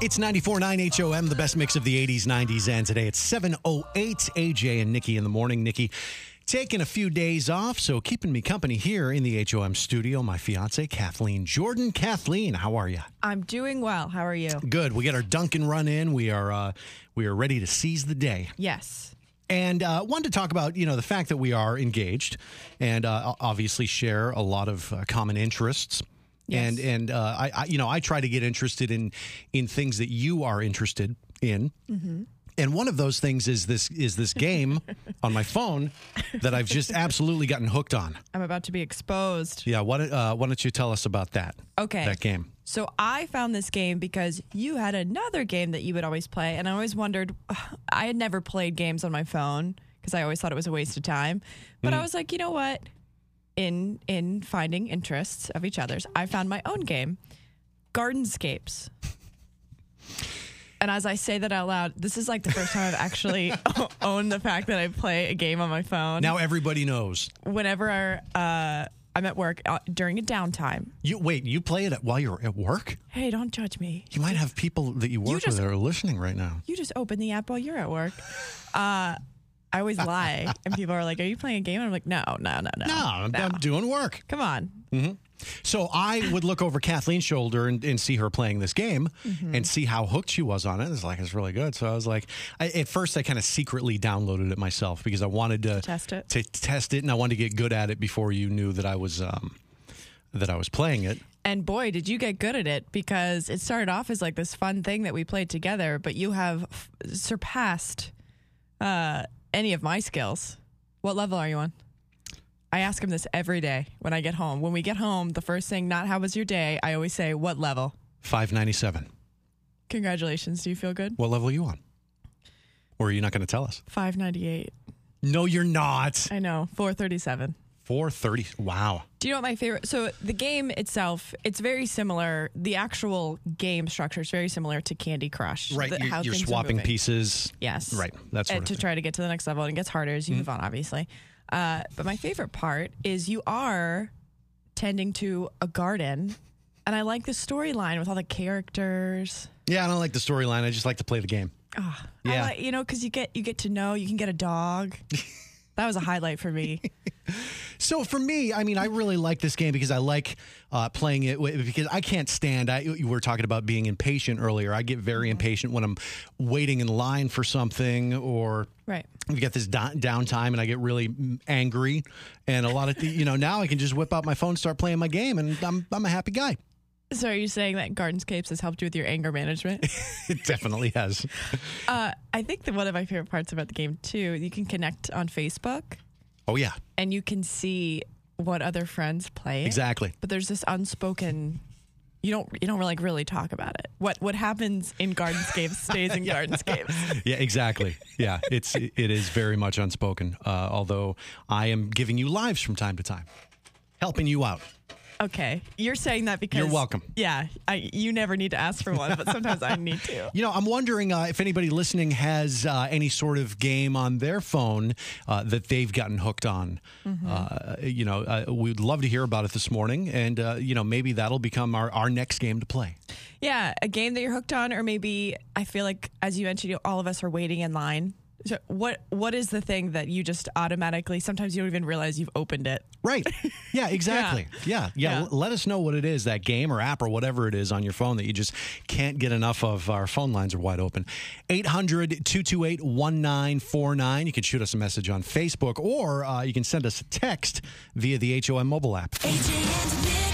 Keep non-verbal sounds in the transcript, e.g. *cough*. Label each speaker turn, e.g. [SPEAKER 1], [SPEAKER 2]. [SPEAKER 1] It's 94.9 HOM, the best mix of the 80s, 90s, and today it's 7.08 AJ and Nikki in the morning. Nikki taking a few days off, so keeping me company here in the HOM studio, my fiance, Kathleen Jordan. Kathleen, how are you?
[SPEAKER 2] I'm doing well. How are you?
[SPEAKER 1] Good. We got our Duncan run in. We are, uh, we are ready to seize the day.
[SPEAKER 2] Yes.
[SPEAKER 1] And uh, wanted to talk about, you know, the fact that we are engaged and uh, obviously share a lot of uh, common interests.
[SPEAKER 2] Yes.
[SPEAKER 1] And and uh, I, I you know I try to get interested in in things that you are interested in.
[SPEAKER 2] Mm-hmm.
[SPEAKER 1] And one of those things is this is this
[SPEAKER 2] *laughs*
[SPEAKER 1] game on my phone that I've just absolutely gotten hooked on.
[SPEAKER 2] I'm about to be exposed.
[SPEAKER 1] Yeah, why don't, uh, why don't you tell us about that?
[SPEAKER 2] Okay.
[SPEAKER 1] that game.
[SPEAKER 2] So I found this game because you had another game that you would always play, and I always wondered. I had never played games on my phone because I always thought it was a waste of time. But
[SPEAKER 1] Mm.
[SPEAKER 2] I was like, you know what? In in finding interests of each other's, I found my own game, Gardenscapes. And as I say that out loud, this is like the first time
[SPEAKER 1] *laughs*
[SPEAKER 2] I've actually *laughs* owned the fact that I play a game on my phone.
[SPEAKER 1] Now everybody knows.
[SPEAKER 2] whenever uh, I'm at work uh, during a downtime.
[SPEAKER 1] You wait. You play it at, while you're at work.
[SPEAKER 2] Hey, don't judge me.
[SPEAKER 1] You might have people that you work with
[SPEAKER 2] just-
[SPEAKER 1] that are listening right now.
[SPEAKER 2] You just open the app while you're at work. Uh, I always lie, and people are like, "Are you playing a game?" And I'm like, "No, no, no, no,
[SPEAKER 1] No, I'm, I'm doing work.
[SPEAKER 2] Come on,
[SPEAKER 1] So I would look over Kathleen's shoulder and, and see her playing this game and see how hooked she was on it. It's like it's really good. So I was like, I, at first I kind of secretly downloaded it myself because I wanted to
[SPEAKER 2] test it.
[SPEAKER 1] to test it, and I wanted to get good at it before you knew that I was um, that I was playing it.
[SPEAKER 2] And boy, did you get good at it because it started off as like this fun thing that we played together, but you have f- surpassed uh, any of my skills. What level are you on? I ask him this every day when I get home. When we get home, the first thing, not how was your day, I always say, what level?
[SPEAKER 1] Five ninety seven.
[SPEAKER 2] Congratulations. Do you feel good?
[SPEAKER 1] What level are you on? Or are you not going to tell us?
[SPEAKER 2] 598.
[SPEAKER 1] No, you're not.
[SPEAKER 2] I know. 437.
[SPEAKER 1] Four thirty. Wow.
[SPEAKER 2] Do you know what my favorite? So the game itself, it's very similar. The actual game structure is very similar to Candy Crush.
[SPEAKER 1] Right.
[SPEAKER 2] the- how
[SPEAKER 1] you're you're
[SPEAKER 2] things are
[SPEAKER 1] swapping
[SPEAKER 2] moving.
[SPEAKER 1] pieces.
[SPEAKER 2] Yes.
[SPEAKER 1] Right. That's
[SPEAKER 2] uh,
[SPEAKER 1] sort of Mm-hmm.
[SPEAKER 2] to
[SPEAKER 1] thing.
[SPEAKER 2] try to get to the next level, and it gets harder as you move on, obviously. Uh, but my favorite part is you are tending to a garden, and I like the storyline with all the characters.
[SPEAKER 1] Yeah, I don't like the storyline. I just like to play the game.
[SPEAKER 2] Ah,
[SPEAKER 1] Yeah.
[SPEAKER 2] I like, you know, because you get you get to know you can get
[SPEAKER 1] *laughs*
[SPEAKER 2] a dog. that was a highlight for me.
[SPEAKER 1] So for me, I mean, I really like this game because I like uh, playing it wi- because I can't stand. I you were talking about being impatient earlier. I get very impatient when I'm waiting in line for something or.
[SPEAKER 2] Right.
[SPEAKER 1] We get this down- downtime, and I get really mm, angry. And a lot of, the, you know, now I can just whip out my phone, start playing my game, and I'm I'm a happy guy. *laughs*
[SPEAKER 2] So are you saying that Gardenscapes has helped you with your anger
[SPEAKER 1] *laughs*
[SPEAKER 2] management?
[SPEAKER 1] It definitely has.
[SPEAKER 2] uh, I think that one of my favorite parts about the game too, you can connect on Facebook
[SPEAKER 1] Oh yeah,
[SPEAKER 2] and you can see what other friends play. it.
[SPEAKER 1] exactly.
[SPEAKER 2] But there's this unspoken you don't you don't really like really talk about it. What what happens in Gardenscapes stays in
[SPEAKER 1] *laughs*
[SPEAKER 2] Gardenscapes.
[SPEAKER 1] Yeah, exactly. Yeah, it's it is very much unspoken. Uh, although I am giving you lives from time to time, helping you out.
[SPEAKER 2] Okay. You're saying that because
[SPEAKER 1] You're welcome.
[SPEAKER 2] Yeah. I you never need to ask for one, but sometimes I need
[SPEAKER 1] *laughs*
[SPEAKER 2] to.
[SPEAKER 1] You know, I'm wondering uh, if anybody listening has uh, any sort of game on their phone uh, that they've gotten hooked on. Uh, you know, uh, we'd love to hear about it this morning, and uh, you know, maybe that'll become our, our next game to play.
[SPEAKER 2] Yeah, a game that you're hooked on, or maybe I feel like, as you mentioned, you- all of us are waiting in line. So what what is the thing that you just automatically? Sometimes you don't even realize you've opened it.
[SPEAKER 1] Right. *laughs* Yeah, exactly. yeah. Yeah.
[SPEAKER 2] Yeah.
[SPEAKER 1] L- Let us know what it is, that game or app or whatever it is on your phone that you just can't get enough of. Our phone lines are wide open. 800 228 1949. You can shoot us a message on Facebook or uh, you can send us a text via the HOM mobile app.
[SPEAKER 3] AJ and